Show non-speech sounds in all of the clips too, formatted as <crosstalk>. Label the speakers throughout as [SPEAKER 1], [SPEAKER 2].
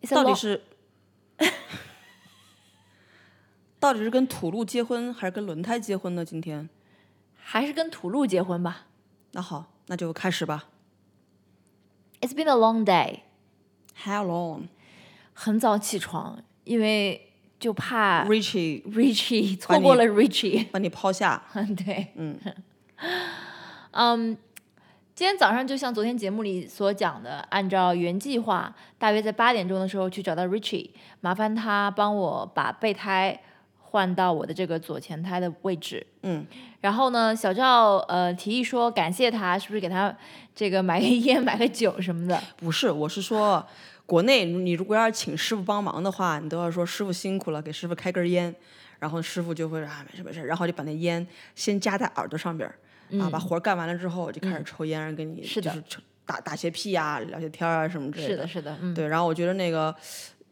[SPEAKER 1] It's a
[SPEAKER 2] 到底
[SPEAKER 1] lot
[SPEAKER 2] 是 <laughs> 到底是跟土路结婚还是跟轮胎结婚呢？今天，
[SPEAKER 1] 还是跟土路结婚吧。
[SPEAKER 2] 那好，那就开始吧。
[SPEAKER 1] It's been a long day，
[SPEAKER 2] How long,
[SPEAKER 1] 很早起床，因为就怕
[SPEAKER 2] Richie？
[SPEAKER 1] <laughs> Richie 错过了 Richie。
[SPEAKER 2] 把你抛下。
[SPEAKER 1] <laughs> 对，嗯，嗯，今天早上就像昨天节目里所讲的，按照原计划，大约在八点钟的时候去找到 Richie，麻烦他帮我把备胎换到我的这个左前胎的位置。
[SPEAKER 2] 嗯，
[SPEAKER 1] 然后呢，小赵呃提议说感谢他，是不是给他这个买个烟、买个酒什么的？
[SPEAKER 2] 不是，我是说，国内你如果要是请师傅帮忙的话，你都要说师傅辛苦了，给师傅开根烟，然后师傅就会啊没事没事，然后就把那烟先夹在耳朵上边儿，啊，把活儿干完了之后就开始抽烟，然后跟你
[SPEAKER 1] 是
[SPEAKER 2] 就
[SPEAKER 1] 的
[SPEAKER 2] 是抽打打些屁呀、聊些天儿啊什么之类
[SPEAKER 1] 是的，是的，嗯，
[SPEAKER 2] 对，然后我觉得那个，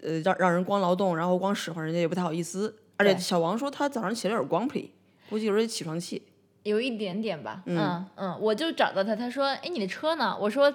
[SPEAKER 2] 呃，让让人光劳动，然后光使唤人家也不太好意思。而且
[SPEAKER 1] 对
[SPEAKER 2] 小王说他早上起来有点光皮，估计有点起床气。
[SPEAKER 1] 有一点点吧，嗯嗯我就找到他，他说：“哎，你的车呢？”我说：“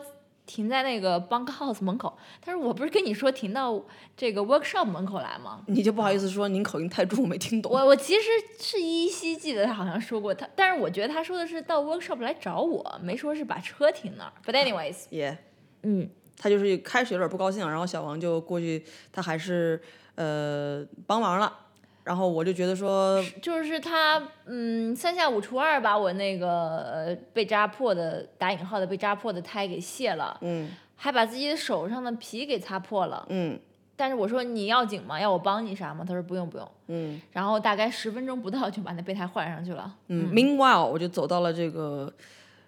[SPEAKER 1] 停在那个 bunk house 门口。”他说：“我不是跟你说停到这个 workshop 门口来吗
[SPEAKER 2] 你就不好意思说您口音太重，没听？”懂。
[SPEAKER 1] 我我其实是依稀记得他好像说过他，但是我觉得他说的是到 workshop 来找我，没说是把车停那儿。But anyways，
[SPEAKER 2] 也、
[SPEAKER 1] 嗯，
[SPEAKER 2] 他就是开始有点不高兴，然后小王就过去，他还是呃帮忙了。然后我就觉得说，
[SPEAKER 1] 就是他，嗯，三下五除二把我那个呃被扎破的打引号的被扎破的胎给卸了，
[SPEAKER 2] 嗯
[SPEAKER 1] 还把自己的手上的皮给擦破了。
[SPEAKER 2] 嗯
[SPEAKER 1] 但是我说你要紧吗？要我帮你啥吗？他说不用不用。
[SPEAKER 2] 嗯
[SPEAKER 1] 然后大概十分钟不到就把那备胎换上去了。
[SPEAKER 2] 嗯。Meanwhile，我就走到了这个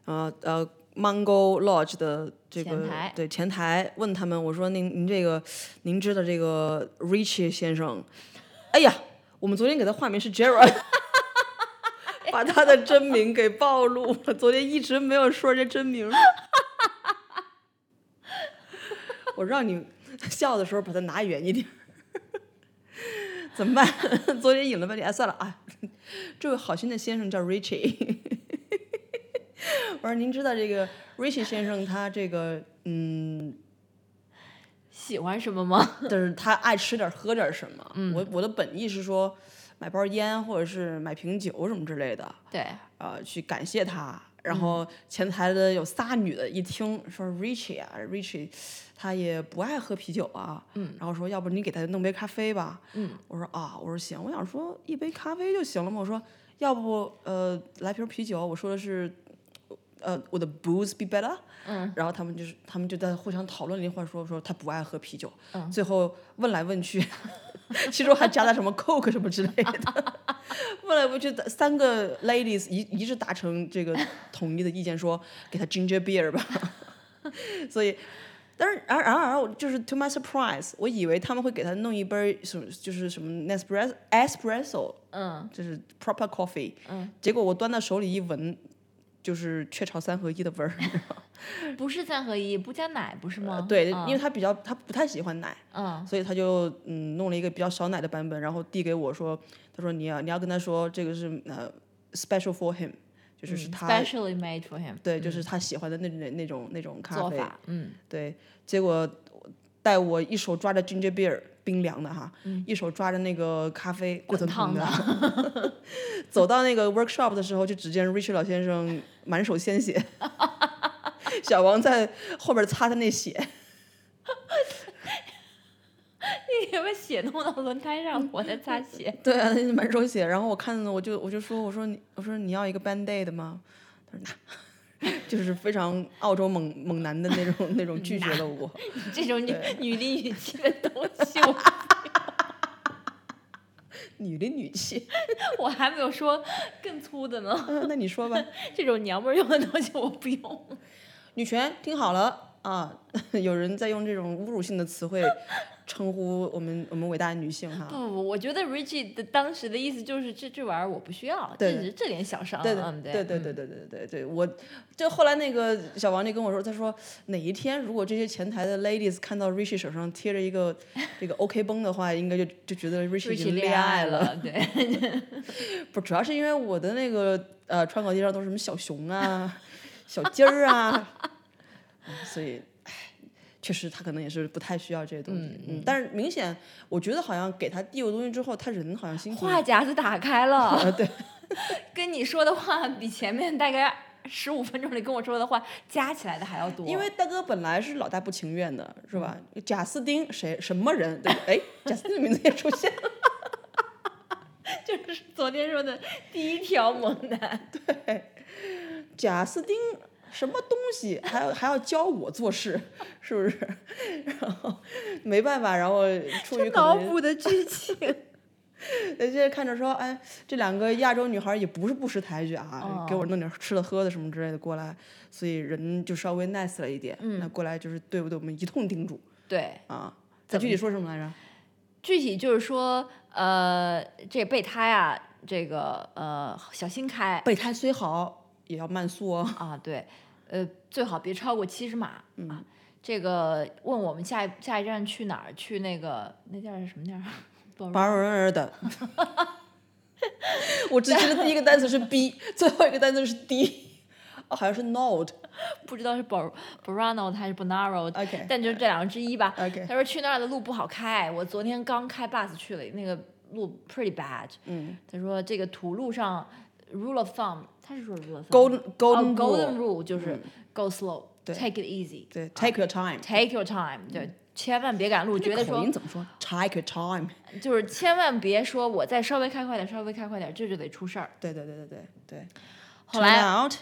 [SPEAKER 2] 呃呃 Mango Lodge 的这个
[SPEAKER 1] 前台
[SPEAKER 2] 对前台，问他们我说您您这个您知道这个 Richie 先生，哎呀，我们昨天给他化名是 Jared。把他的真名给暴露了，昨天一直没有说这真名。 <laughs> 我让你笑的时候把它拿远一点儿， <laughs> 怎么办？ <laughs> 昨天引了半天，哎，算了啊。这位好心的先生叫 Richie，我说您知道这个 Richie 先生他这个嗯，
[SPEAKER 1] 喜欢什么
[SPEAKER 2] <laughs>
[SPEAKER 1] 吗？
[SPEAKER 2] 就是他爱吃点儿喝点儿什么。我我的本意是说买包烟或者是买瓶酒什么之类的。
[SPEAKER 1] 对，
[SPEAKER 2] 呃去感谢他。然后前台的有仨女的，一听说 Richie 啊，Richie，他也不爱喝啤酒啊，嗯，然后说要不你给他弄杯咖啡吧，嗯，我说啊，我说行，我想说一杯咖啡就行了嘛，我说要不呃来瓶啤酒，我说的是，呃我的 booze be better，嗯，然后他们就是他们就在互相讨论了一会儿说，说他不爱喝啤酒，嗯，最后问来问去， <laughs> 其中还夹杂什么 coke 什么之类的。 <laughs> 问来问去，三个 ladies 一一致达成这个统一的意见说，给他 ginger beer 吧。 <laughs> 所以，但是然而然而，我就是 to my surprise，我以为他们会给他弄一杯什么，就是什么 Nespresso espresso，
[SPEAKER 1] 嗯，
[SPEAKER 2] 就是 proper coffee。嗯，结果我端到手里一闻，就是雀巢三合一的味儿。
[SPEAKER 1] 不是三合一，不加奶，不是吗？
[SPEAKER 2] 呃对，
[SPEAKER 1] 嗯
[SPEAKER 2] 因为他比较他不太喜欢奶，
[SPEAKER 1] 嗯
[SPEAKER 2] 所以他就嗯弄了一个比较少奶的版本，然后递给我说，他说你要你要跟他说这个是呃 special for him，就是是他、
[SPEAKER 1] 嗯，specially made for him
[SPEAKER 2] 对，就是他喜欢的那那那种那种咖
[SPEAKER 1] 嗯做
[SPEAKER 2] 啡，
[SPEAKER 1] 法，嗯，
[SPEAKER 2] 对，结果待我一手抓着 ginger beer 冰凉的哈，一手抓着那个咖啡滚
[SPEAKER 1] 嗯滚烫
[SPEAKER 2] 的，
[SPEAKER 1] <laughs>
[SPEAKER 2] 走到那个 workshop 的时候，就只见 Richie 老先生满手鲜血， <laughs> 小王在后边擦他那血，
[SPEAKER 1] 你给把血弄到轮胎上，我在擦血。
[SPEAKER 2] 对啊，满手血。然后我看到我就我就说我说你我说你要一个 band aid 吗？他说那， <laughs> 就是非常澳洲猛猛男的那种那种拒绝了我。
[SPEAKER 1] 这种女女力女气的东西，我
[SPEAKER 2] 女的女气、 <laughs>
[SPEAKER 1] 我还没有说更粗的呢。
[SPEAKER 2] 嗯那你说吧，
[SPEAKER 1] 这种娘们儿用的东西我不用。
[SPEAKER 2] 女权听好了啊， <laughs> 有人在用这种侮辱性的词汇称呼我们我们伟大的女性
[SPEAKER 1] 不
[SPEAKER 2] 哈。
[SPEAKER 1] 不 <laughs> 不，我觉得 Richie 的当时的意思就是这这玩意儿我不需要，
[SPEAKER 2] 对
[SPEAKER 1] 这
[SPEAKER 2] 对
[SPEAKER 1] 只是这点小伤，
[SPEAKER 2] 对
[SPEAKER 1] 嗯
[SPEAKER 2] 对对对对对对对对，我就后来那个小王就跟我说，他说哪一天如果这些前台的 ladies 看到 Richie 手上贴着一 <laughs> 个这个 OK 绷的话，应该就就觉得 Richie
[SPEAKER 1] Richie
[SPEAKER 2] 已经
[SPEAKER 1] 恋
[SPEAKER 2] 恋爱了。
[SPEAKER 1] <laughs> 了，对。
[SPEAKER 2] 不，主要是因为我的那个呃窗口地上都是 <laughs> 什么小熊啊、小鸡儿啊，嗯所以唉确实他可能也是不太需要这些东西。嗯，但是明显我觉得好像给他递过东西之后，他人好像心情
[SPEAKER 1] 话匣子打开了， <laughs>
[SPEAKER 2] 呃对
[SPEAKER 1] 跟你说的话比前面大概十五分钟里跟我说的话加起来的还要多。
[SPEAKER 2] 因为大哥本来是老大不情愿的，是吧？贾斯汀谁什么人？对吧，哎，贾斯汀的名字也出现了，
[SPEAKER 1] 就是昨天说的第一条猛男，
[SPEAKER 2] 贾斯汀什么东西？还要还要教我做事，是不是？ <laughs> 然后没办法，然后出于可
[SPEAKER 1] 脑
[SPEAKER 2] 能
[SPEAKER 1] 补的剧情。
[SPEAKER 2] 人家看着说，哎，这两个亚洲女孩也不是不识抬举啊，给我弄点吃的喝的什么之类的过来，所以人就稍微 nice 了一点。那过来就是对不对？我们一通叮嘱
[SPEAKER 1] <laughs> 对，
[SPEAKER 2] 啊。咱具体说什么来着？
[SPEAKER 1] 具体就是说，呃，这备胎啊，这个呃，小心开
[SPEAKER 2] 备胎虽好，也要慢速哦。
[SPEAKER 1] 啊，对，呃，最好别超过七十码、啊。这个问我们下一下一站去哪儿？去那个那地儿是什么地儿？啊多
[SPEAKER 2] 巴尔的。我只记得第一个单词是 b，最 <laughs> 后一个单词是 d，哦，好像是 node。
[SPEAKER 1] 不知道是 Bor Borano 还是 Bonaro，、
[SPEAKER 2] OK
[SPEAKER 1] 但就是这两个之一吧。
[SPEAKER 2] OK
[SPEAKER 1] 他说去那儿的路不好开，我昨天刚开 bus 去了，那个路 pretty bad。
[SPEAKER 2] 嗯，
[SPEAKER 1] 他说这个土路上 rule of thumb，他是说 rule of thumb 吗
[SPEAKER 2] golden golden
[SPEAKER 1] 哦 golden
[SPEAKER 2] rule，嗯
[SPEAKER 1] rule 就是 go slow，take it
[SPEAKER 2] 对嗯
[SPEAKER 1] easy，take
[SPEAKER 2] ，take your time。
[SPEAKER 1] your time，就千万别赶路，觉得
[SPEAKER 2] 口
[SPEAKER 1] 说
[SPEAKER 2] 音怎么说？Take your time。
[SPEAKER 1] 就是千万别说我再稍微开快点，稍微开快点，这就得出事儿。
[SPEAKER 2] 对对对对对对。
[SPEAKER 1] 后来
[SPEAKER 2] Turn out。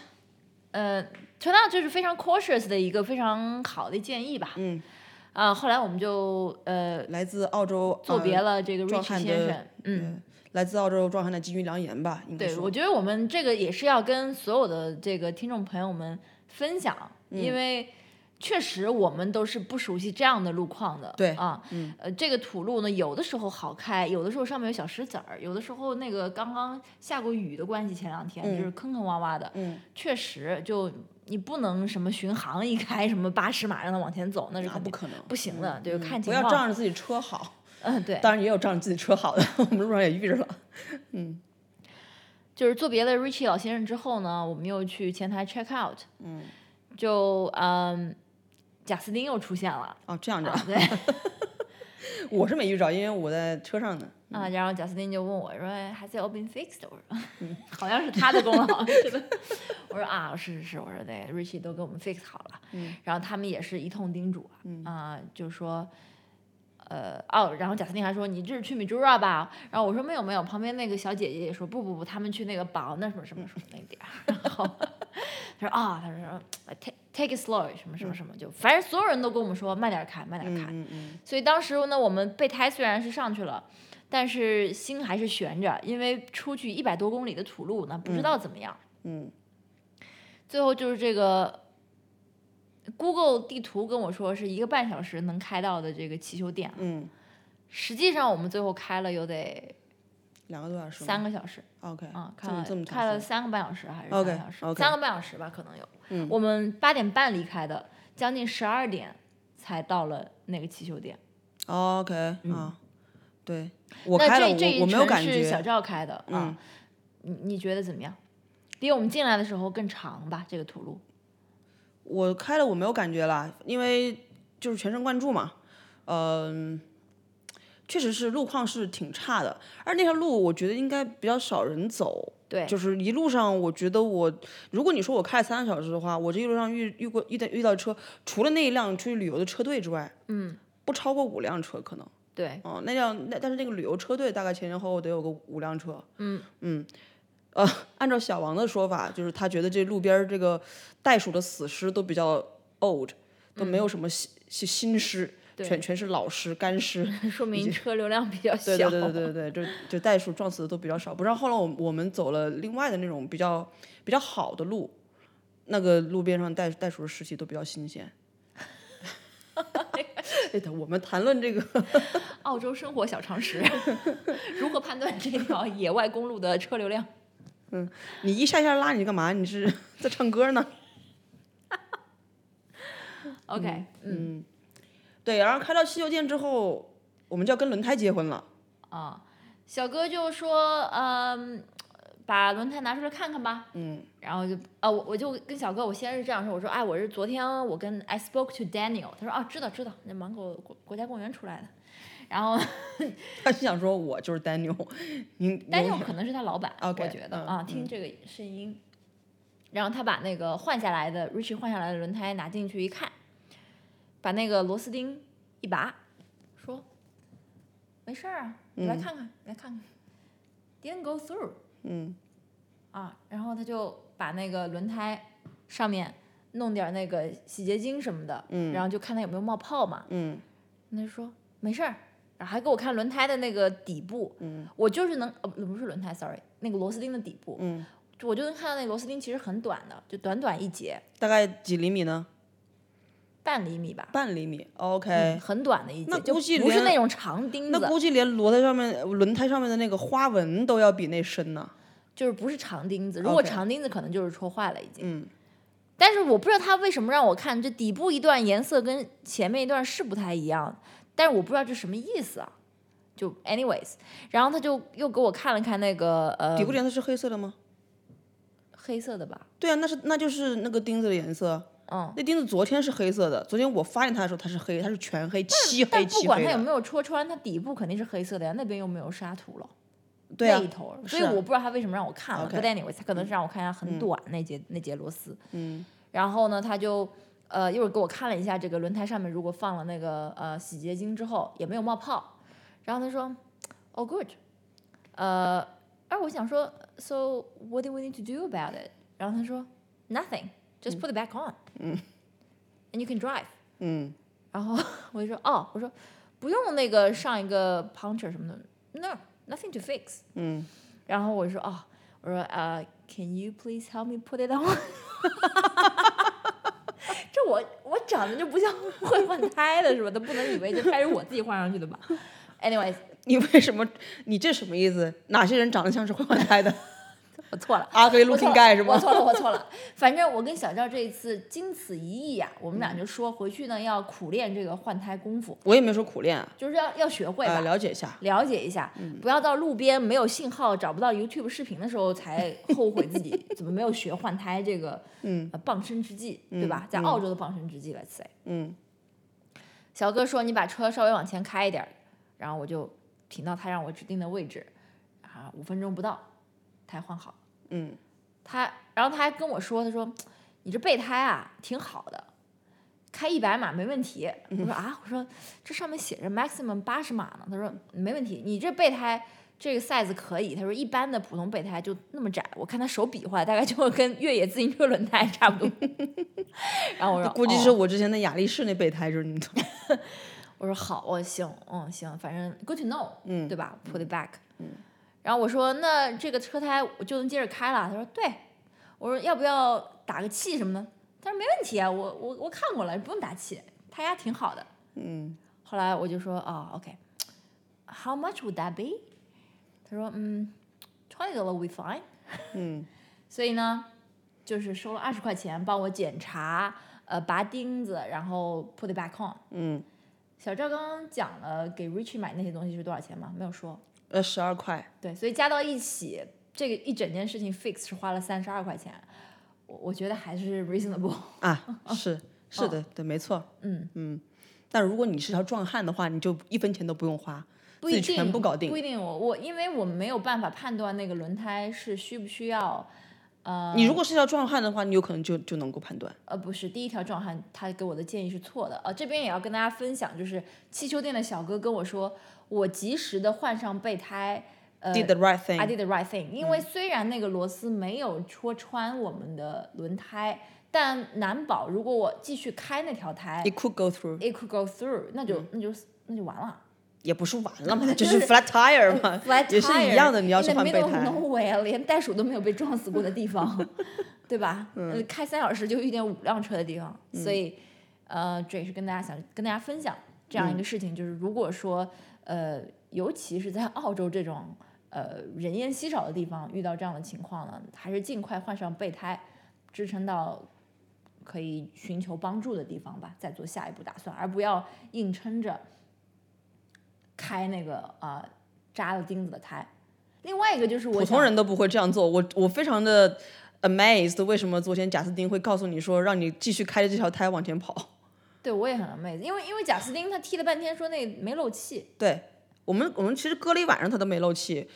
[SPEAKER 1] 呃，陈大就是非常 cautious 的一个非常好的建议吧。
[SPEAKER 2] 嗯。
[SPEAKER 1] 啊、后来我们就呃
[SPEAKER 2] 来自澳洲
[SPEAKER 1] 作别
[SPEAKER 2] 呃
[SPEAKER 1] 了这个
[SPEAKER 2] 壮
[SPEAKER 1] Rich
[SPEAKER 2] 汉
[SPEAKER 1] 先
[SPEAKER 2] 的
[SPEAKER 1] 生，，嗯，
[SPEAKER 2] 呃，来自澳洲壮汉的金玉良言吧，应该
[SPEAKER 1] 对，
[SPEAKER 2] 说
[SPEAKER 1] 我觉得我们这个也是要跟所有的这个听众朋友们分享，因
[SPEAKER 2] 嗯
[SPEAKER 1] 为确实我们都是不熟悉这样的路况的，
[SPEAKER 2] 对嗯
[SPEAKER 1] 啊，呃，这个土路呢，有的时候好开，有的时候上面有小石子儿，有的时候那个刚刚下过雨的关系，前两天、就是坑坑洼洼的，
[SPEAKER 2] 嗯，
[SPEAKER 1] 确实就你不能什么巡航一开什么八十码让它往前走，那是
[SPEAKER 2] 那
[SPEAKER 1] 肯
[SPEAKER 2] 啊不
[SPEAKER 1] 定
[SPEAKER 2] 可能，嗯
[SPEAKER 1] 不行的，对，看
[SPEAKER 2] 不
[SPEAKER 1] 情
[SPEAKER 2] 要
[SPEAKER 1] 况，
[SPEAKER 2] 仗着自己车好，
[SPEAKER 1] 嗯，对。
[SPEAKER 2] 当然也有仗着自己车好的， <laughs> 我们路上也遇着了。
[SPEAKER 1] 就是作别了 Richie 老先生之后呢，我们又去前台 check out，嗯，就嗯，贾斯汀又出现了，
[SPEAKER 2] 哦，这样子
[SPEAKER 1] 啊 <laughs>
[SPEAKER 2] 啊，
[SPEAKER 1] 对
[SPEAKER 2] 我是没遇着，因为我在车上呢。
[SPEAKER 1] 啊，然后贾斯汀就问我说：“Has 哎 it all been fixed？” <laughs> 我说：“好像是他的功劳，是吧？”我说：“啊，是是是，我说对，Richie 都给我们 fix 好了。然后他们也是一通叮嘱啊，啊就说。呃哦，然后贾斯汀还说你这是去米珠尔吧？然后我说没有没有，旁边那个小姐姐也说不不不，他们去那个堡那什么什么什么那地儿。然后他说啊、他说 take take it slow 什么什么什么，就反正所有人都跟我们说慢点儿开慢点儿开。
[SPEAKER 2] 嗯嗯
[SPEAKER 1] 所以当时呢，我们备胎虽然是上去了，但是心还是悬着，因为出去一百多公里的土路呢，不知道怎么样。
[SPEAKER 2] 嗯，
[SPEAKER 1] 最后就是这个 Google 地图跟我说是一个半小时能开到的这个汽修店，
[SPEAKER 2] 嗯，
[SPEAKER 1] 实际上我们最后开了有得
[SPEAKER 2] 两个多小时吗。
[SPEAKER 1] 三个小时。
[SPEAKER 2] OK
[SPEAKER 1] 啊，
[SPEAKER 2] 这
[SPEAKER 1] 开
[SPEAKER 2] 么
[SPEAKER 1] 了
[SPEAKER 2] 这么
[SPEAKER 1] 开
[SPEAKER 2] 长
[SPEAKER 1] 了
[SPEAKER 2] 时间。
[SPEAKER 1] 三个半小时还是三个小时
[SPEAKER 2] OK，OK
[SPEAKER 1] 三个半小时吧，可能有。
[SPEAKER 2] 嗯
[SPEAKER 1] 我们八点半离开的，将近十二点才到了那个汽修店。
[SPEAKER 2] OK 啊，对，我
[SPEAKER 1] 嗯那
[SPEAKER 2] 开了，
[SPEAKER 1] 这这
[SPEAKER 2] 我我
[SPEAKER 1] 一
[SPEAKER 2] 没有
[SPEAKER 1] 程
[SPEAKER 2] 感
[SPEAKER 1] 是小
[SPEAKER 2] 觉。嗯
[SPEAKER 1] 赵开的啊，你你觉得怎么样？比我们进来的时候更长吧？这个土路
[SPEAKER 2] 我开了我没有感觉啦，因为就是全神贯注嘛，嗯、确实是路况是挺差的，而那条路我觉得应该比较少人走，
[SPEAKER 1] 对
[SPEAKER 2] 就是一路上我觉得我，如果你说我开了三个小时的话，我这一路上遇遇过遇到遇到车，除了那一辆出去旅游的车队之外，嗯，不超过五辆车可能。
[SPEAKER 1] 对， <laughs>
[SPEAKER 2] 哦，那辆那但是那个旅游车队大概前前后后得有个五辆车。嗯呃，按照小王的说法，就是他觉得这路边儿这个袋鼠的死尸都比较 old，都没有什么新新新尸，全全是老尸
[SPEAKER 1] <laughs>
[SPEAKER 2] 干尸。
[SPEAKER 1] 说明车流量比较小。
[SPEAKER 2] <laughs> 对对对对对对，就就袋鼠撞死的都比较少。不然后来我们我们走了另外的那种比较比较好的路，那个路边上袋袋鼠的尸体都比较新鲜。对的，我们谈论这个
[SPEAKER 1] <laughs> 澳洲生活小常识， <laughs> 如何判断这条野外公路的车流量？
[SPEAKER 2] 你一下一下拉你干嘛？你是 <laughs> 在唱歌呢？
[SPEAKER 1] OK，嗯
[SPEAKER 2] 对，然后开到汽修店之后，我们就要跟轮胎结婚了。
[SPEAKER 1] 啊，小哥就说，嗯，把轮胎拿出来看看吧。
[SPEAKER 2] 嗯
[SPEAKER 1] 然后就啊，我我就跟小哥，我先是这样说，我说哎，我是昨天我跟 I spoke to Daniel，他说啊，知道知道，那芒果国国家公园出来的，然后
[SPEAKER 2] 他就想说我就是 Daniel，您 <laughs>
[SPEAKER 1] Daniel 可能是他老板
[SPEAKER 2] OK，
[SPEAKER 1] 我觉得、
[SPEAKER 2] 嗯
[SPEAKER 1] 啊，
[SPEAKER 2] 嗯
[SPEAKER 1] 听这个声音，然后他把那个换下来的 Richie 换下来的轮胎拿进去一看，把那个螺丝钉一拔，说没事儿啊，你来
[SPEAKER 2] 嗯
[SPEAKER 1] 看看，你来看看，didn't go through。
[SPEAKER 2] 嗯
[SPEAKER 1] 啊，然后他就把那个轮胎上面弄点儿那个洗洁精什么的，
[SPEAKER 2] 嗯
[SPEAKER 1] 然后就看它有没有冒泡嘛。
[SPEAKER 2] 嗯
[SPEAKER 1] 那就说没事儿，然后还给我看轮胎的那个底部，
[SPEAKER 2] 嗯
[SPEAKER 1] 我就是能，呃，不不是轮胎，sorry，那个螺丝钉的底部，
[SPEAKER 2] 嗯，
[SPEAKER 1] 就我就能看到那个螺丝钉其实很短的，就短短一节，
[SPEAKER 2] 大概几厘米呢？
[SPEAKER 1] 半厘米吧，
[SPEAKER 2] 半厘米。OK，、
[SPEAKER 1] 嗯很短的一
[SPEAKER 2] 哎那
[SPEAKER 1] 节，就
[SPEAKER 2] 估计
[SPEAKER 1] 不是
[SPEAKER 2] 连
[SPEAKER 1] 那种长钉
[SPEAKER 2] 那
[SPEAKER 1] 子，
[SPEAKER 2] 估计连轮胎上面轮胎上面的那个花纹都要比那深呢。
[SPEAKER 1] 就是不是长钉子。如果
[SPEAKER 2] OK
[SPEAKER 1] 长钉子，可能就是戳坏了已经。
[SPEAKER 2] 嗯
[SPEAKER 1] 但是我不知道他为什么让我看这底部一段颜色跟前面一段是不太一样的，但是我不知道这什么意思啊。就 anyways，然后他就又给我看了看那个呃
[SPEAKER 2] 底部颜色是黑色的吗？
[SPEAKER 1] 黑色的吧，
[SPEAKER 2] 对啊，那是那就是那个钉子的颜色。
[SPEAKER 1] 嗯，
[SPEAKER 2] 那钉子昨天是黑色的，昨天我发现它的时候它是黑，它是全黑，漆黑
[SPEAKER 1] 但不
[SPEAKER 2] 漆
[SPEAKER 1] 管
[SPEAKER 2] 黑
[SPEAKER 1] 它有
[SPEAKER 2] 的。
[SPEAKER 1] 没有戳穿，它底部肯定是黑色的呀，那边又没有沙土了，
[SPEAKER 2] 对啊
[SPEAKER 1] 那一，头儿，
[SPEAKER 2] 是
[SPEAKER 1] 所以
[SPEAKER 2] 啊
[SPEAKER 1] 我不知道他为什么让我看了。
[SPEAKER 2] OK
[SPEAKER 1] But anyways，他可能是让我看一下很短那节那节螺丝，
[SPEAKER 2] 嗯
[SPEAKER 1] 然后呢，他就呃一会儿给我看了一下这个轮胎上面，如果放了那个呃洗洁精之后也没有冒泡，然后他说，Oh good，呃，而我想说，So what do we need to do about it？然后他说，Nothing，just put it back on，a n d you can drive。
[SPEAKER 2] 嗯
[SPEAKER 1] 然后 <laughs> 我就说，哦，我说不用那个上一个 puncture 什么的，No，nothing to fix。
[SPEAKER 2] 嗯，
[SPEAKER 1] 然后我就说，哦，我说呃、c a n you please help me put it on？这我我长得就不像会换胎的是吧？都不能以为这胎是我自己换上去的吧？Anyways，
[SPEAKER 2] 你为什么？你这什么意思？哪些人长得像是会换胎的？
[SPEAKER 1] 我错了。
[SPEAKER 2] 阿黑
[SPEAKER 1] 我
[SPEAKER 2] 露
[SPEAKER 1] 错
[SPEAKER 2] 天
[SPEAKER 1] 了
[SPEAKER 2] 盖是吗
[SPEAKER 1] 我？错了，我错了。反正我跟小赵这一次经此一役呀、我们俩就说回去呢要苦练这个换胎功夫，
[SPEAKER 2] 我也没说苦练啊，
[SPEAKER 1] 就是要要学会吧。
[SPEAKER 2] 啊，了解一下。
[SPEAKER 1] 了解一下，不要到路边没有信号、找不到 YouTube 视频的时候才后悔自己怎么没有学换胎这个
[SPEAKER 2] 嗯
[SPEAKER 1] 呃傍身之技，对吧？在澳洲的傍身之技，let's say。
[SPEAKER 2] 嗯
[SPEAKER 1] 小哥说你把车稍微往前开一点儿，然后我就停到他让我指定的位置，啊，五分钟不到，胎换好。
[SPEAKER 2] 嗯
[SPEAKER 1] 他，然后他还跟我说，他说你这备胎啊挺好的，开一百码没问题。
[SPEAKER 2] 嗯
[SPEAKER 1] 我说啊，我说这上面写着 maximum 八十码呢。他说没问题，你这备胎这个 size 可以。他说一般的普通备胎就那么窄，我看他手比划，大概就跟越野自行车轮胎差不多。然后我说
[SPEAKER 2] <laughs> 估计
[SPEAKER 1] 哦
[SPEAKER 2] 是我之前的雅力士那备胎，就是你
[SPEAKER 1] <laughs> 我说好，我行，嗯，行，反正 good to know，
[SPEAKER 2] 嗯
[SPEAKER 1] 对吧？Put it back，然嗯后我说那这个车胎我就能接着开了，他说对，我说要不要打个气什么的？他说没问题啊，我我我看过了，不用打气，胎压挺好的。
[SPEAKER 2] 嗯
[SPEAKER 1] 后来我就说啊、o k h o w much would that be？他说嗯，twenty dollar we fine。
[SPEAKER 2] <laughs> 嗯
[SPEAKER 1] 所以呢，就是收了二十块钱帮我检查，呃，拔钉子，然后 put it back on。
[SPEAKER 2] 嗯，
[SPEAKER 1] 小赵刚刚讲了给 Richie 买那些东西是多少钱吗？没有说。
[SPEAKER 2] 呃，十二块，
[SPEAKER 1] 对，所以加到一起，这个一整件事情 fix 是花了三十二块钱，我我觉得还是 reasonable。 <laughs>
[SPEAKER 2] 啊，是是的，对，没错，
[SPEAKER 1] 哦嗯
[SPEAKER 2] 嗯。但如果你是条壮汉的话，你就一分钱都不用花，
[SPEAKER 1] 不
[SPEAKER 2] 自
[SPEAKER 1] 一
[SPEAKER 2] 己
[SPEAKER 1] 定，
[SPEAKER 2] 全部搞定
[SPEAKER 1] 不。一定，我我因为我没有办法判断那个轮胎是需不需要，呃
[SPEAKER 2] 你如果是条壮汉的话，你有可能就就能够判断。
[SPEAKER 1] 呃不是，第一条壮汉他给我的建议是错的，呃这边也要跟大家分享，就是汽修店的小哥跟我说，我及时的换上备胎，呃
[SPEAKER 2] Did the right
[SPEAKER 1] I
[SPEAKER 2] thing。
[SPEAKER 1] did the right thing，因为虽然那个螺丝没有戳穿我们的轮胎，但难保如果我继续开那条胎
[SPEAKER 2] It could go through，
[SPEAKER 1] ，it could go through，那就、那就那就完了。
[SPEAKER 2] 也不是完了
[SPEAKER 1] <laughs>
[SPEAKER 2] 嘛，就是 flat tire 嘛
[SPEAKER 1] Flat
[SPEAKER 2] <laughs> 也是
[SPEAKER 1] tire
[SPEAKER 2] 一样的。你要是
[SPEAKER 1] in the
[SPEAKER 2] 换备
[SPEAKER 1] middle of
[SPEAKER 2] 胎，
[SPEAKER 1] nowhere，连袋鼠都没有被撞死过的地方， <laughs> 对吧？
[SPEAKER 2] 嗯
[SPEAKER 1] 呃开三小时就遇见五辆车的地方，所以呃，这也是跟大家想跟大家分享这样一个
[SPEAKER 2] 嗯
[SPEAKER 1] 事情，就是如果说呃，尤其是在澳洲这种呃人烟稀少的地方遇到这样的情况呢，还是尽快换上备胎，支撑到。可以寻求帮助的地方吧，再做下一步打算，而不要硬撑着开那个啊、呃扎了钉子的胎。另外一个就是我
[SPEAKER 2] 普
[SPEAKER 1] 想
[SPEAKER 2] 通人都不会这样做。我我非常的 amazed，为什么昨天贾斯汀会告诉你说让你继续开着这条胎往前跑？
[SPEAKER 1] 对我也很 amazed，因为因为贾斯汀他踢了半天说那没漏气，
[SPEAKER 2] 对我们，我们其实隔了一晚上他都没漏气，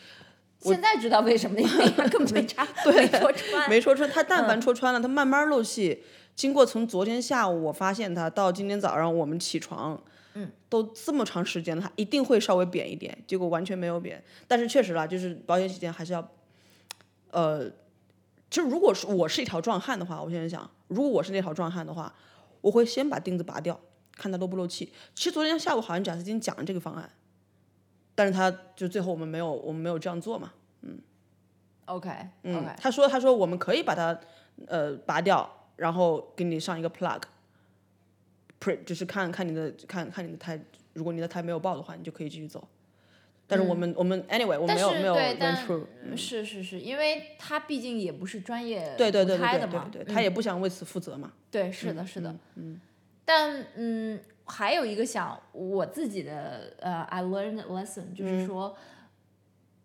[SPEAKER 1] 现在知道为什么了，因为他根本没
[SPEAKER 2] <laughs>
[SPEAKER 1] 插没戳穿。
[SPEAKER 2] 没戳穿。他但凡戳穿了，他慢慢漏气。经过从昨天下午我发现他到今天早上我们起床，嗯，都这么长时间了，他一定会稍微扁一点。结果完全没有扁，但是确实啦，就是保险起见还是要，呃，就如果是我是一条壮汉的话，我现在想，如果我是那条壮汉的话，我会先把钉子拔掉，看他漏不漏气。其实昨天下午好像贾斯汀讲了这个方案，但是他就最后我们没有我们没有这样做嘛。
[SPEAKER 1] OK OK，、
[SPEAKER 2] 嗯，他说他说我们可以把它呃拔掉，然后给你上一个 plug。pre 就是看看你的看看你的胎，如果你的胎没有爆的话，你就可以继续走。但是我们、我们 anyway 我
[SPEAKER 1] 嗯但
[SPEAKER 2] 没有
[SPEAKER 1] 是
[SPEAKER 2] 没有
[SPEAKER 1] 对
[SPEAKER 2] run
[SPEAKER 1] 但
[SPEAKER 2] through，
[SPEAKER 1] 是是是，因为他毕竟也不是专业
[SPEAKER 2] 对对
[SPEAKER 1] 母
[SPEAKER 2] 对对
[SPEAKER 1] 胎
[SPEAKER 2] 对
[SPEAKER 1] 的
[SPEAKER 2] 对
[SPEAKER 1] 嘛，嗯
[SPEAKER 2] 对，他也不想为此负责嘛。
[SPEAKER 1] 对，是的，是的，嗯，但嗯，还有一个想我自己的呃，I learned a lesson，就是说，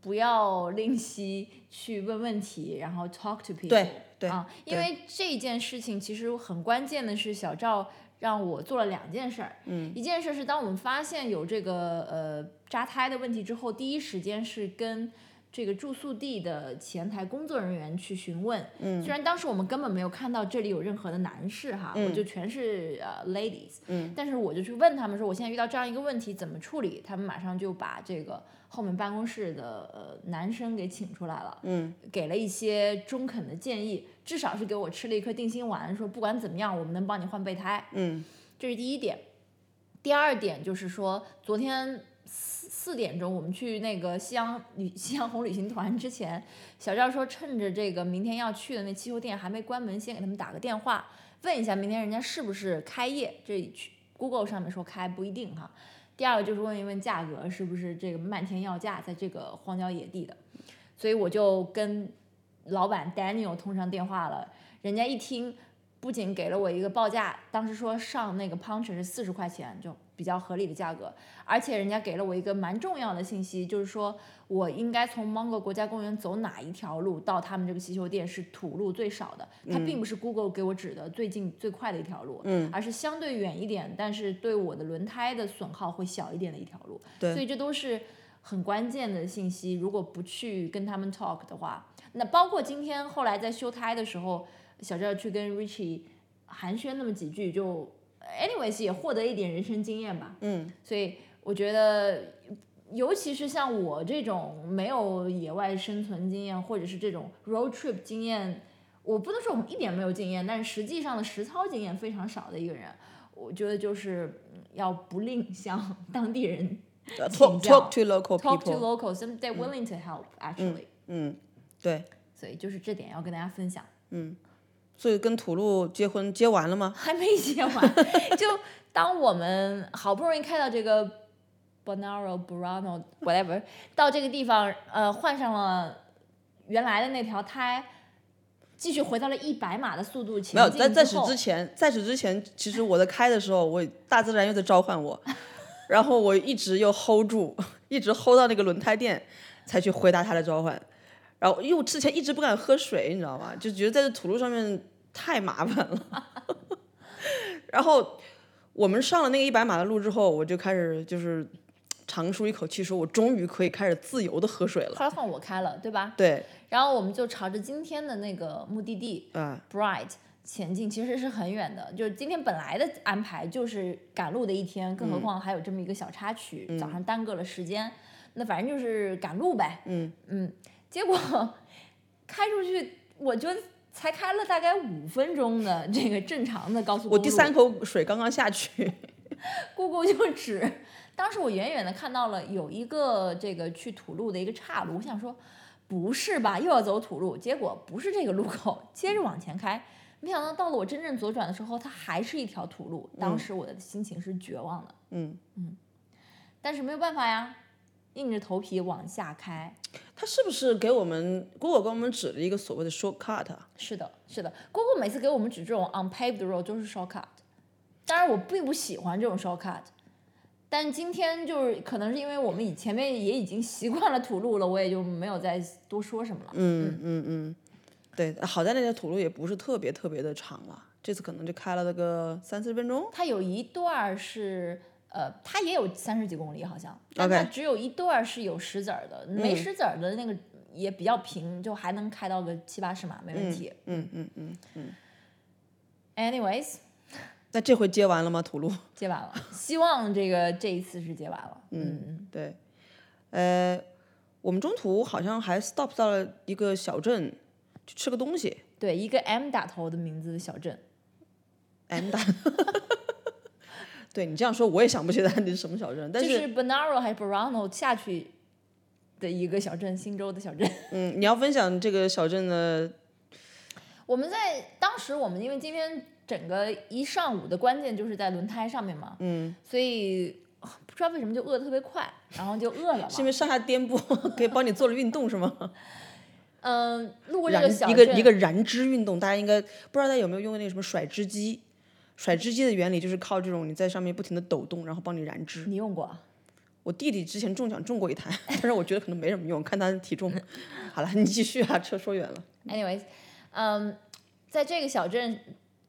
[SPEAKER 1] 不要吝惜去问问题，然后 talk to people，
[SPEAKER 2] 对对
[SPEAKER 1] 啊，因为这件事情其实很关键的是小赵。让我做了两件事儿，嗯，一件事是当我们发现有这个呃扎胎的问题之后，第一时间是跟这个住宿地的前台工作人员去询问，嗯，虽然当时我们根本没有看到这里有任何的男士哈，我就全是呃 ladies，嗯，但是我就去问他们说，我现在遇到这样一个问题怎么处理，他们马上就把这个后面办公室的呃男生给请出来了，嗯，给了一些中肯的建议，至少是给我吃了一颗定心丸，说不管怎么样，我们能帮你换备胎，
[SPEAKER 2] 嗯，
[SPEAKER 1] 这是第一点。第二点就是说，昨天四四点钟我们去那个夕阳旅 <laughs> 夕阳红旅行团之前，小赵说趁着这个明天要去的那汽修店还没关门，先给他们打个电话，问一下明天人家是不是开业。这去 Google 上面说开不一定哈。第二个就是问一问价格是不是这个漫天要价，在这个荒郊野地的，所以我就跟老板 Daniel 通上电话了。人家一听，不仅给了我一个报价，当时说上那个 punch 是四十块钱，就比较合理的价格，而且人家给了我一个蛮重要的信息，就是说我应该从 Mango 国家公园走哪一条路到他们这个汽修店是土路最少的，它并不是 Google 给我指的最近最快的一条路，嗯，而是相对远一点，但是对我的轮胎的损耗会小一点的一条路，
[SPEAKER 2] 对
[SPEAKER 1] 所以这都是很关键的信息。如果不去跟他们 talk 的话，那包括今天后来在修胎的时候，小赵去跟 Richie 寒暄那么几句就，anyways 也获得一点人生经验吧。
[SPEAKER 2] 嗯，
[SPEAKER 1] 所以我觉得，尤其是像我这种没有野外生存经验，或者是这种 road trip 经验，我不能说我们一点没有经验，但是实际上的实操经验非常少的一个人，我觉得就是嗯要不吝向当地人
[SPEAKER 2] 呃
[SPEAKER 1] 请
[SPEAKER 2] talk
[SPEAKER 1] 教
[SPEAKER 2] talk to local
[SPEAKER 1] talk to
[SPEAKER 2] people，Mm.
[SPEAKER 1] locals and they're willing to help actually，、
[SPEAKER 2] 嗯，对，
[SPEAKER 1] 所以就是这点要跟大家分享。 <laughs>
[SPEAKER 2] 所以跟土路结婚结完了吗？
[SPEAKER 1] 还没结完，就当我们好不容易开到这个 Bonaro Burano whatever <laughs> 到这个地方，呃，换上了原来的那条胎，继续回到了一百码的速度前
[SPEAKER 2] 没有，
[SPEAKER 1] 进
[SPEAKER 2] 在在
[SPEAKER 1] 之
[SPEAKER 2] 此
[SPEAKER 1] 后
[SPEAKER 2] 之前，在此之前，其实我在开的时候，我大自然又在召
[SPEAKER 1] <laughs>
[SPEAKER 2] 唤我，然后我一直又 hold 住，一直 hold 到那个轮胎店才去回答他的召唤。然后因为我之前一直不敢喝水，你知道吗？就觉得在这土路上面太麻烦了。
[SPEAKER 1] <laughs>
[SPEAKER 2] 然后我们上了那个一百码的路之后，我就开始就是长舒一口气，说我终于可以开始自由的喝水了。
[SPEAKER 1] 后来换我开了，对吧？
[SPEAKER 2] 对，
[SPEAKER 1] 然后我们就朝着今天的那个目的地
[SPEAKER 2] 啊、
[SPEAKER 1] Bright 前进，其实是很远的。就是今天本来的安排就是赶路的一天，更
[SPEAKER 2] 嗯
[SPEAKER 1] 何况还有这么一个小插曲，早上耽搁了时间。那反正就是赶路呗。
[SPEAKER 2] 嗯
[SPEAKER 1] 结果开出去，我就才开了大概五分钟的这个正常的高速
[SPEAKER 2] 我
[SPEAKER 1] 公路。
[SPEAKER 2] 第三口水刚刚下去，
[SPEAKER 1] Google 就指， <laughs> 当时我远远的看到了有一个这个去土路的一个岔路，我想说不是吧，又要走土路，结果不是这个路口，接着往前开，没想到到了我真正左转的时候，它还是一条土路，当时我的心情是绝望的，
[SPEAKER 2] 嗯，
[SPEAKER 1] 但是没有办法呀，硬着头皮往下开，
[SPEAKER 2] 他是不是给我们 Google 给我们指了一个所谓的 shortcut？啊
[SPEAKER 1] 是的，是的，Google 每次给我们指这种 unpaved road 就是 shortcut，当然我并不喜欢这种 shortcut，但今天就是可能是因为我们以前面也已经习惯了吐露了，我也就没有再多说什么了。
[SPEAKER 2] 嗯嗯嗯，对，好在那条吐露也不是特别特别的长了，这次可能就开了个三四十分钟。
[SPEAKER 1] 它有一段儿是呃，它也有三十几公里好像，但
[SPEAKER 2] OK 嗯
[SPEAKER 1] 它只有一段儿是有石子儿的，没石子儿的那个也比较平，就还能开到个七八十码，没问题。
[SPEAKER 2] 嗯嗯嗯嗯，
[SPEAKER 1] Anyways，
[SPEAKER 2] 那这回接完了吗？吐露？
[SPEAKER 1] 接完了，希望这个这一次是接完了。嗯，
[SPEAKER 2] 嗯， <laughs> 对，呃，我们中途好像还 stop 到了一个小镇去吃个东西
[SPEAKER 1] 对，一个 M 打头的名字的小镇，
[SPEAKER 2] ，M 大。 <laughs> 对你这样说，我也想不起来那是什么小镇，但、
[SPEAKER 1] 就是是 Bonaro 还是 Borano 下去的一个小镇，新州的小镇。 <laughs>
[SPEAKER 2] 嗯，你要分享这个小镇的，
[SPEAKER 1] 我们在当时，我们因为今天整个一上午的关键就是在轮胎上面嘛，
[SPEAKER 2] 嗯，
[SPEAKER 1] 所以啊不知道为什么就饿得特别快，然后就饿了
[SPEAKER 2] 是因
[SPEAKER 1] 嘛。
[SPEAKER 2] 为上下颠簸，可 <laughs> 以帮你做了运动是吗？
[SPEAKER 1] 嗯，路过这
[SPEAKER 2] 燃
[SPEAKER 1] 个小
[SPEAKER 2] 一
[SPEAKER 1] 镇，
[SPEAKER 2] 个一个燃脂运动，大家应该不知道大家有没有用过那个什么甩脂机？甩脂机的原理就是靠这种你在上面不停的抖动，然后帮你燃脂。
[SPEAKER 1] 你用过啊？
[SPEAKER 2] 我弟弟之前中奖中过一台，但是我觉得可能没什么用，看他体重。 <laughs> 好了，你继续啊，车说远了。
[SPEAKER 1] Anyways，嗯，在这个小镇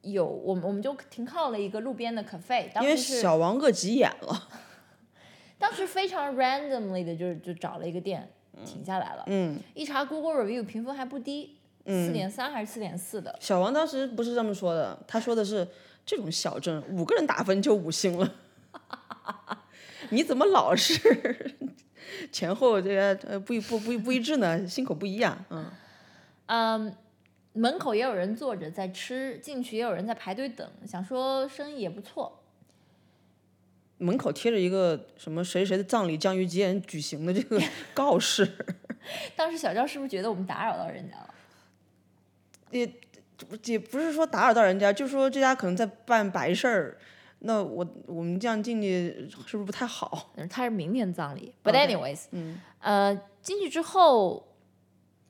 [SPEAKER 1] 有我们，我们就停靠了一个路边的 cafe，当
[SPEAKER 2] 因为
[SPEAKER 1] 时是
[SPEAKER 2] 小王饿急眼了，
[SPEAKER 1] 当时非常 randomly 的就就找了一个店停下来了，
[SPEAKER 2] 嗯，
[SPEAKER 1] 一查 Google review 评分还不低，四点三还是四点四的，
[SPEAKER 2] 小王当时不是这么说的，他说的是这种小镇五个人打分就五星了， <laughs> 你怎么老是 <laughs> 前后这个呃不一不不不一致呢？心口不一啊，嗯。
[SPEAKER 1] 嗯。门口也有人坐着在吃，进去也有人在排队等，想说生意也不错。
[SPEAKER 2] 门口贴着一个什么谁谁的葬礼将于几点举行的这个告示， <laughs>
[SPEAKER 1] 当时小赵是不是觉得我们打扰到人家了？
[SPEAKER 2] 也不是说打扰到人家，就说这家可能在办白事儿，那我我们这样进去是不是不太好？
[SPEAKER 1] 嗯他是明天葬礼。But
[SPEAKER 2] OK
[SPEAKER 1] anyways，、
[SPEAKER 2] 嗯
[SPEAKER 1] 呃，进去之后，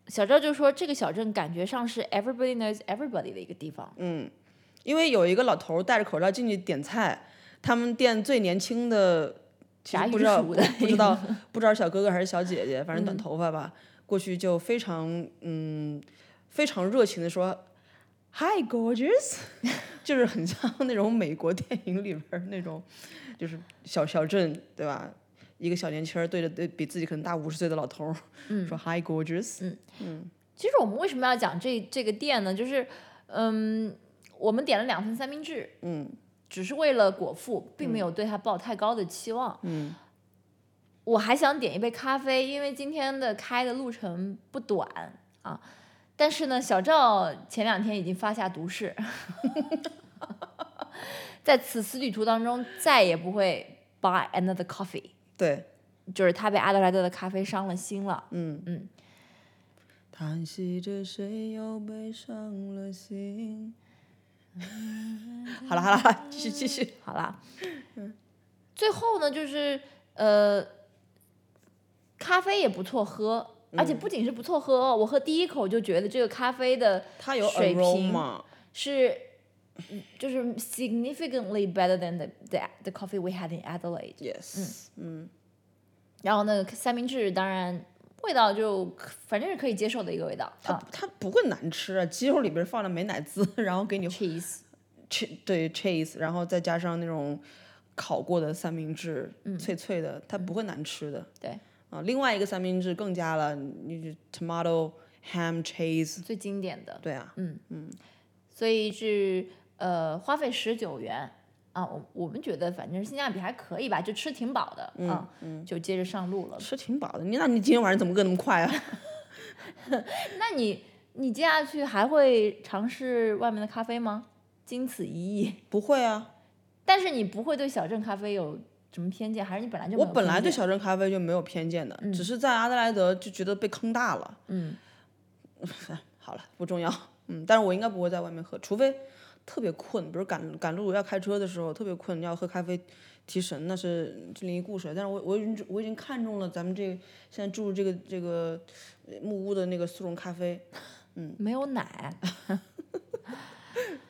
[SPEAKER 1] 小赵就说这个小镇感觉上是 everybody knows everybody 的一个地方。
[SPEAKER 2] 嗯，因为有一个老头儿戴着口罩进去点菜，他们店最年轻的，其
[SPEAKER 1] 炸
[SPEAKER 2] 实
[SPEAKER 1] 鱼
[SPEAKER 2] 不知道
[SPEAKER 1] 薯
[SPEAKER 2] 不
[SPEAKER 1] 的嗯
[SPEAKER 2] 不知道不知道是小哥哥还是小姐姐，反正短头发吧，过去就非常嗯非常热情的说。Hi, gorgeous，就是 <laughs> 很像那种美国电影里边儿那种，就是小小镇，对吧？一个小年轻儿对着对比自己可能大五十岁的老头儿
[SPEAKER 1] 嗯
[SPEAKER 2] 说 Hi, gorgeous，
[SPEAKER 1] 其实我们为什么要讲这这个店呢？就是，嗯，我们点了两份三明治，
[SPEAKER 2] 嗯
[SPEAKER 1] 只是为了果腹，并没有对它抱太高的期望。
[SPEAKER 2] 嗯
[SPEAKER 1] 我还想点一杯咖啡，因为今天的开的路程不短啊。但是呢，小赵前两天已经发下毒誓， <laughs> 在此次旅途当中再也不会 buy another coffee，
[SPEAKER 2] 对，
[SPEAKER 1] 就是他被阿德莱德的咖啡伤了心了。
[SPEAKER 2] 嗯
[SPEAKER 1] 嗯。
[SPEAKER 2] 叹息着谁又被伤了心。好了好了好了，继续继续。
[SPEAKER 1] 好啦，最后呢，就是呃，咖啡也不错喝，而且不仅是不错喝哦，我喝第一口就觉得这个咖啡的
[SPEAKER 2] 它有
[SPEAKER 1] 水平
[SPEAKER 2] aroma，
[SPEAKER 1] 是，嗯就是 significantly better than the the the coffee we had in Adelaide。
[SPEAKER 2] yes，嗯
[SPEAKER 1] 然后呢，三明治当然味道就可反正是可以接受的一个味道
[SPEAKER 2] 它
[SPEAKER 1] 啊
[SPEAKER 2] 它不会难吃啊，鸡肉里边放了美乃滋， <laughs> 然后给你
[SPEAKER 1] ，cheese。
[SPEAKER 2] che 对 cheese，然后再加上那种烤过的三明治，脆脆的，它不会难吃的。
[SPEAKER 1] 对
[SPEAKER 2] 啊，另外一个三明治更加了，你就 tomato ham cheese，
[SPEAKER 1] 最经典的，
[SPEAKER 2] 对啊，
[SPEAKER 1] 所以是呃花费十九元啊，我我们觉得反正性价比还可以吧，就吃挺饱的、
[SPEAKER 2] 嗯
[SPEAKER 1] 啊，就接着上路了。
[SPEAKER 2] 吃挺饱的。你那你今天晚上怎么饿那么快啊？ <laughs>
[SPEAKER 1] 那你你接下去还会尝试外面的咖啡吗？经此一役， <laughs>
[SPEAKER 2] 不会啊，
[SPEAKER 1] 但是你不会对小镇咖啡有什么偏见，还是你本来就没
[SPEAKER 2] 我
[SPEAKER 1] 有
[SPEAKER 2] 本来
[SPEAKER 1] 偏
[SPEAKER 2] 对
[SPEAKER 1] 见
[SPEAKER 2] 小镇咖啡就没有偏见的，只是在阿德莱德就觉得被坑大了。
[SPEAKER 1] 嗯，
[SPEAKER 2] <laughs> 好了，不重要。嗯，但是我应该不会在外面喝，除非特别困，比如赶赶路要开车的时候特别困，要喝咖啡提神，那是另一故事。但是我我已经我已经看中了咱们这现在住这个这个呃木屋的那个速溶咖啡。 <laughs>
[SPEAKER 1] 没有奶。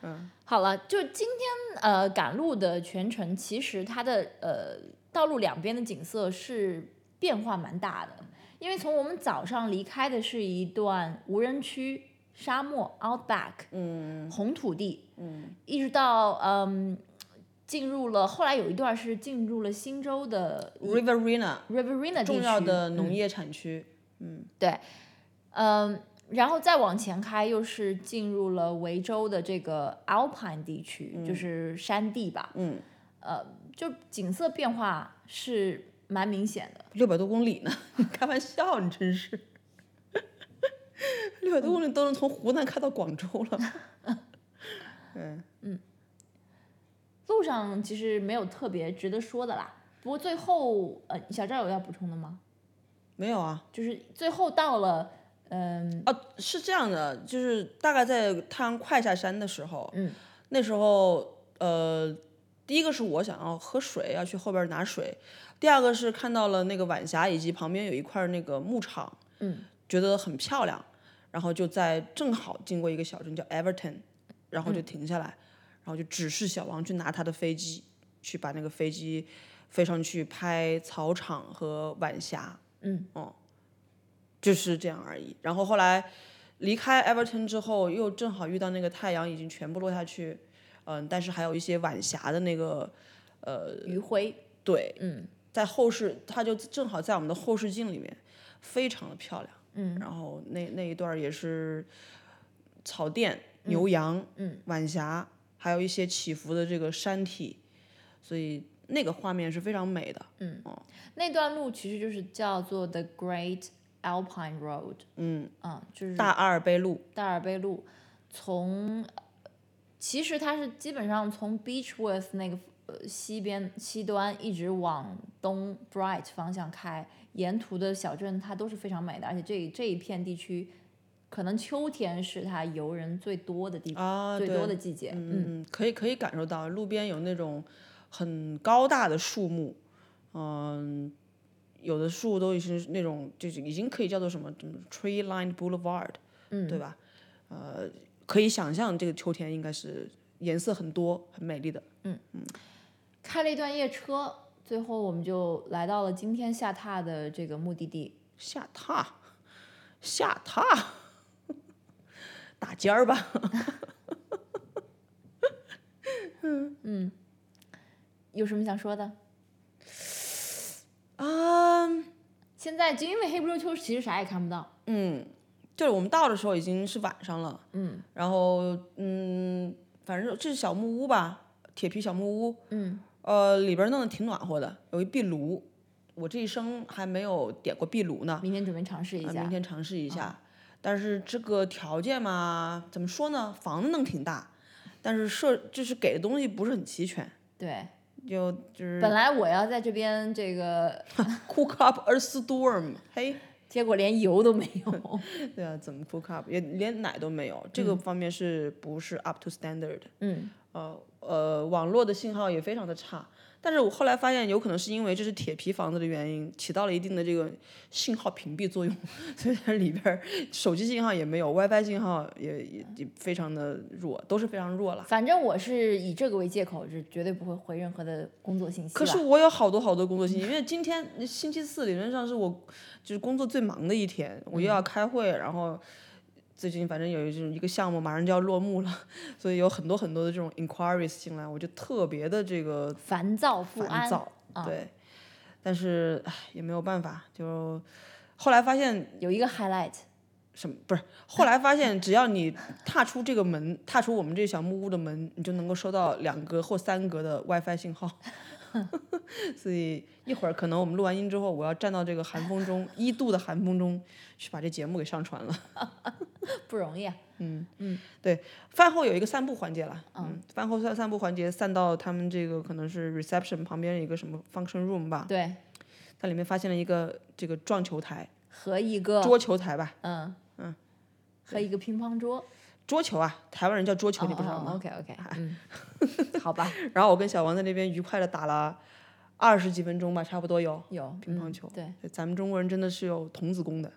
[SPEAKER 2] 嗯
[SPEAKER 1] 好了，就今天呃赶路的全程，其实它的呃道路两边的景色是变化蛮大的，因为从我们早上离开的是一段无人区、沙漠、outback、
[SPEAKER 2] 嗯
[SPEAKER 1] 红土地，
[SPEAKER 2] 嗯
[SPEAKER 1] 一直到嗯进入了后来有一段是进入了新州的
[SPEAKER 2] ，Riverina
[SPEAKER 1] Riverina 地区
[SPEAKER 2] 重要的
[SPEAKER 1] 嗯
[SPEAKER 2] 农业产区，嗯，
[SPEAKER 1] 对，嗯，然后再往前开，又是进入了维州的这个 Alpine 地区，就是山地吧，
[SPEAKER 2] 嗯，
[SPEAKER 1] 呃，就景色变化是蛮明显的。
[SPEAKER 2] 六百多公里呢， <laughs> 你开玩笑，你真是。六百多公里都能从湖南开到广州了，嗯，
[SPEAKER 1] 路上其实没有特别值得说的啦。不过最后，呃，小赵有要补充的吗？
[SPEAKER 2] 没有啊，
[SPEAKER 1] 就是最后到了，嗯、
[SPEAKER 2] 哦，是这样的，就是大概在太阳快下山的时候，
[SPEAKER 1] 嗯，
[SPEAKER 2] 那时候呃，第一个是我想要喝水，要去后边拿水；第二个是看到了那个晚霞，以及旁边有一块那个牧场，
[SPEAKER 1] 嗯，
[SPEAKER 2] 觉得很漂亮，然后就在正好经过一个小镇叫 Everton，
[SPEAKER 1] 嗯
[SPEAKER 2] 然后就停下来，然后就指示小王去拿他的飞机，去把那个飞机飞上去拍草场和晚霞，
[SPEAKER 1] 嗯，
[SPEAKER 2] 哦，就是这样而已。然后后来离开 Everton 之后，又正好遇到那个太阳已经全部落下去，嗯、但是还有一些晚霞的那个，呃
[SPEAKER 1] 余晖，
[SPEAKER 2] 对，
[SPEAKER 1] 嗯
[SPEAKER 2] 在后视，它就正好在我们的后视镜里面，非常的漂亮。
[SPEAKER 1] 嗯，
[SPEAKER 2] 然后那那一段儿也是草甸、牛羊、
[SPEAKER 1] 嗯
[SPEAKER 2] 晚霞，还有一些起伏的这个山体，所以那个画面是非常美的。
[SPEAKER 1] 嗯，那段路其实就是叫做 The Great Alpine Road，
[SPEAKER 2] 嗯，
[SPEAKER 1] 嗯，就是
[SPEAKER 2] 大阿尔卑路，
[SPEAKER 1] 大尔卑路，从呃其实它是基本上从 Beechworth 那个呃西边西端一直往东 Bright 方向开，沿途的小镇它都是非常美的，而且这这一片地区可能秋天是它游人最多的地方，
[SPEAKER 2] 啊，
[SPEAKER 1] 最
[SPEAKER 2] 对
[SPEAKER 1] 多的季节。嗯，
[SPEAKER 2] 嗯，可以可以感受到路边有那种很高大的树木，嗯，有的树都已经是那种就是已经可以叫做什么 tree lined boulevard，
[SPEAKER 1] 嗯
[SPEAKER 2] 对吧？呃，可以想象这个秋天应该是颜色很多、很美丽的。
[SPEAKER 1] 开了一段夜车，最后我们就来到了今天下榻的这个目的地。
[SPEAKER 2] 下榻，下榻， <laughs> 打尖儿吧。
[SPEAKER 1] 有什么想说的？
[SPEAKER 2] 啊、
[SPEAKER 1] 现在就因为黑不溜秋，其实啥也看不到。
[SPEAKER 2] 嗯，就是我们到的时候已经是晚上了，
[SPEAKER 1] 嗯
[SPEAKER 2] 然后嗯，反正这是小木屋吧，铁皮小木屋，
[SPEAKER 1] 嗯，
[SPEAKER 2] 呃，里边弄得挺暖和的，有一壁炉，我这一生还没有点过壁炉呢，
[SPEAKER 1] 明天准备尝试一
[SPEAKER 2] 啊
[SPEAKER 1] 下
[SPEAKER 2] 明。天尝试一下。
[SPEAKER 1] 啊
[SPEAKER 2] 但是这个条件嘛，怎么说呢？房子弄挺大，但是设就是给的东西不是很齐全，
[SPEAKER 1] 对，
[SPEAKER 2] 就就是 <laughs>
[SPEAKER 1] 本来我要在这边这个，
[SPEAKER 2] cook <laughs> up a storm，嘿，
[SPEAKER 1] 结果连油都没
[SPEAKER 2] <laughs>
[SPEAKER 1] 有。
[SPEAKER 2] 对啊，怎么 cook up 也连奶都没有，这个方面是不是 up to standard？、
[SPEAKER 1] 嗯
[SPEAKER 2] 呃呃，网络的信号也非常的差。但是我后来发现，有可能是因为这是铁皮房子的原因，起到了一定的这个信号屏蔽作用，所以它里边儿手机信号也没有，WiFi 信号也也也非常的弱，都是非常弱了。
[SPEAKER 1] 反正我是以这个为借口，是绝对不会回任何的工作信息
[SPEAKER 2] 可是
[SPEAKER 1] 了
[SPEAKER 2] 我有好多好多工作信息，因为今天星期四理论上是我就是工作最忙的一天，我又要开会，然后最近反正有一种一个项目马上就要落幕了，所以有很多很多的这种 inquiries 进来，我就特别的这个
[SPEAKER 1] 烦躁不
[SPEAKER 2] 烦
[SPEAKER 1] 安。
[SPEAKER 2] 躁，对，但是唉也没有办法，就后来发现
[SPEAKER 1] 有一个 highlight， <laughs>
[SPEAKER 2] 什么不是，后来发现只要你踏出这个门，踏出我们这小木屋的门，你就能够收到两格或三格的 WiFi 信号。所以一会儿可能我们录完音之后，我要站到这个寒风中一度的寒风中去把这节目给上传了。
[SPEAKER 1] 不容易啊。
[SPEAKER 2] 对，饭后有一个散步环节了，嗯，饭后散散步环节散到他们这个可能是 reception 旁边有一个什么 function room 吧，
[SPEAKER 1] 对，
[SPEAKER 2] 在里面发现了一个这个撞球台、
[SPEAKER 1] 和一个
[SPEAKER 2] 桌球台吧，
[SPEAKER 1] 嗯嗯，和一个乒乓桌。
[SPEAKER 2] 桌球啊，台湾人叫桌
[SPEAKER 1] 哦
[SPEAKER 2] 球，你不知道吗？
[SPEAKER 1] ？OK OK，嗯，
[SPEAKER 2] <laughs>
[SPEAKER 1] 好吧， <laughs>
[SPEAKER 2] 然后我跟小王在那边愉快的打了二十几分钟吧，差不多有
[SPEAKER 1] 有
[SPEAKER 2] 乒乓
[SPEAKER 1] 嗯
[SPEAKER 2] 球。
[SPEAKER 1] 对，
[SPEAKER 2] 咱们中国人真的是有童子功的。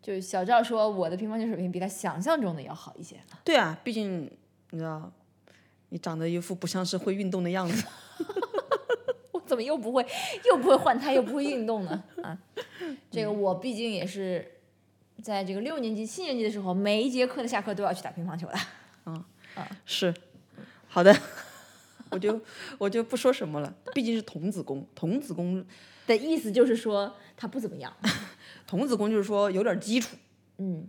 [SPEAKER 1] 就是小赵说我的乒乓球水平比他想象中的要好一些。
[SPEAKER 2] 对啊，毕竟
[SPEAKER 1] <laughs>
[SPEAKER 2] 你知道，你长得一副不像是会运动的样子。
[SPEAKER 1] <laughs> 我怎么又不会又不会换胎又不会运动 <laughs> 呢？啊，这个我毕竟也是在这个六年级、七年级的时候，每一节课的下课都要去打乒乓球的。
[SPEAKER 2] 是，好的， <laughs> 我就我就不说什么了，毕竟是童子功，童子功，
[SPEAKER 1] 的意思就是说他不怎么样。
[SPEAKER 2] 童子功就是说有点基础，
[SPEAKER 1] 嗯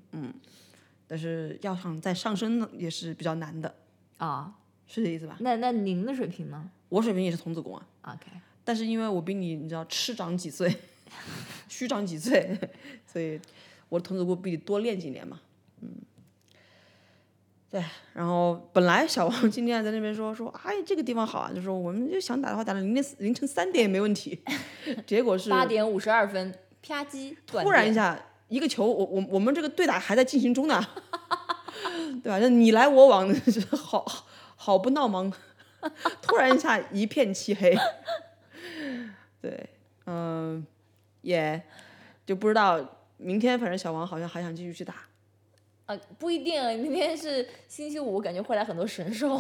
[SPEAKER 2] 但是要想再上升呢，也是比较难的，
[SPEAKER 1] 啊，
[SPEAKER 2] 是这意思吧？
[SPEAKER 1] 那那您的水平呢
[SPEAKER 2] 我水平也是童子功啊，
[SPEAKER 1] ？OK，
[SPEAKER 2] 但是因为我比你，你知道，吃长几岁， <laughs> 虚长几岁， <laughs> 所以我的童子功比你多练几年嘛。嗯，对。然后本来小王今天还在那边说说，哎，这个地方好啊，就说我们就想打的话，打到凌晨凌晨三点也没问题。 <laughs> 结果是
[SPEAKER 1] 八点五十二分，啪叽，断
[SPEAKER 2] 突然
[SPEAKER 1] 电
[SPEAKER 2] 一下一个球，我我我们这个对打还在进行中呢， <laughs> 对吧？就你来我往的， <laughs> 就是好好不闹忙。 <laughs> 突然一下一片漆黑， <laughs> 对，嗯，也就不知道明天，反正小王好像还想继续去打，
[SPEAKER 1] 啊，不一定，明天是星期五，感觉会来很多神兽。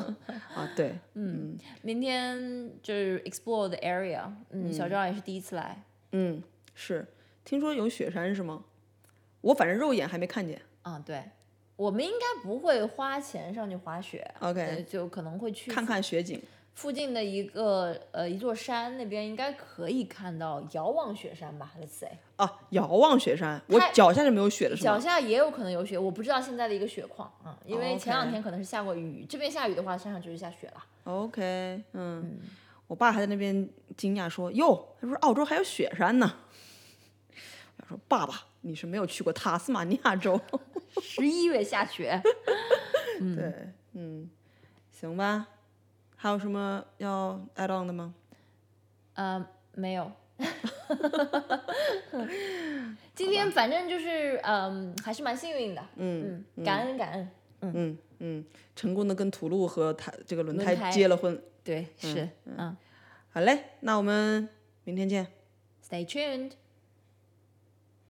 [SPEAKER 1] <laughs>
[SPEAKER 2] 啊，对，嗯
[SPEAKER 1] 明天就是 explore the area，嗯，小赵也是第一次来
[SPEAKER 2] 嗯，是，听说有雪山是吗？我反正肉眼还没看见。
[SPEAKER 1] 啊、对，我们应该不会花钱上去滑雪
[SPEAKER 2] OK
[SPEAKER 1] 呃就可能会去
[SPEAKER 2] 看看雪景，
[SPEAKER 1] 附近的一个呃一座山那边，应该可以看到遥望雪山吧？Let's say，
[SPEAKER 2] 啊，遥望雪山，我
[SPEAKER 1] 太
[SPEAKER 2] 脚下是没有雪的，是吗？
[SPEAKER 1] 脚下也有可能有雪，我不知道现在的一个雪况啊、因为
[SPEAKER 2] OK
[SPEAKER 1] 前两天可能是下过雨，这边下雨的话，山上就是下雪了。
[SPEAKER 2] OK，嗯，我爸还在那边惊讶说：“哟，他说澳洲还有雪山呢。”我说：“爸爸，你是没有去过塔斯马尼亚州。
[SPEAKER 1] 十一月下雪，
[SPEAKER 2] 对，嗯，行吧。还有什么要 add on 的吗？
[SPEAKER 1] 呃，没有。今天反正就是，嗯，还是蛮幸运的，嗯感恩感恩，
[SPEAKER 2] 嗯嗯，成功的跟土路和台这个轮
[SPEAKER 1] 轮胎
[SPEAKER 2] 胎结了婚。
[SPEAKER 1] 对，是，嗯
[SPEAKER 2] 好嘞，那我们明天见。
[SPEAKER 1] ，Stay tuned。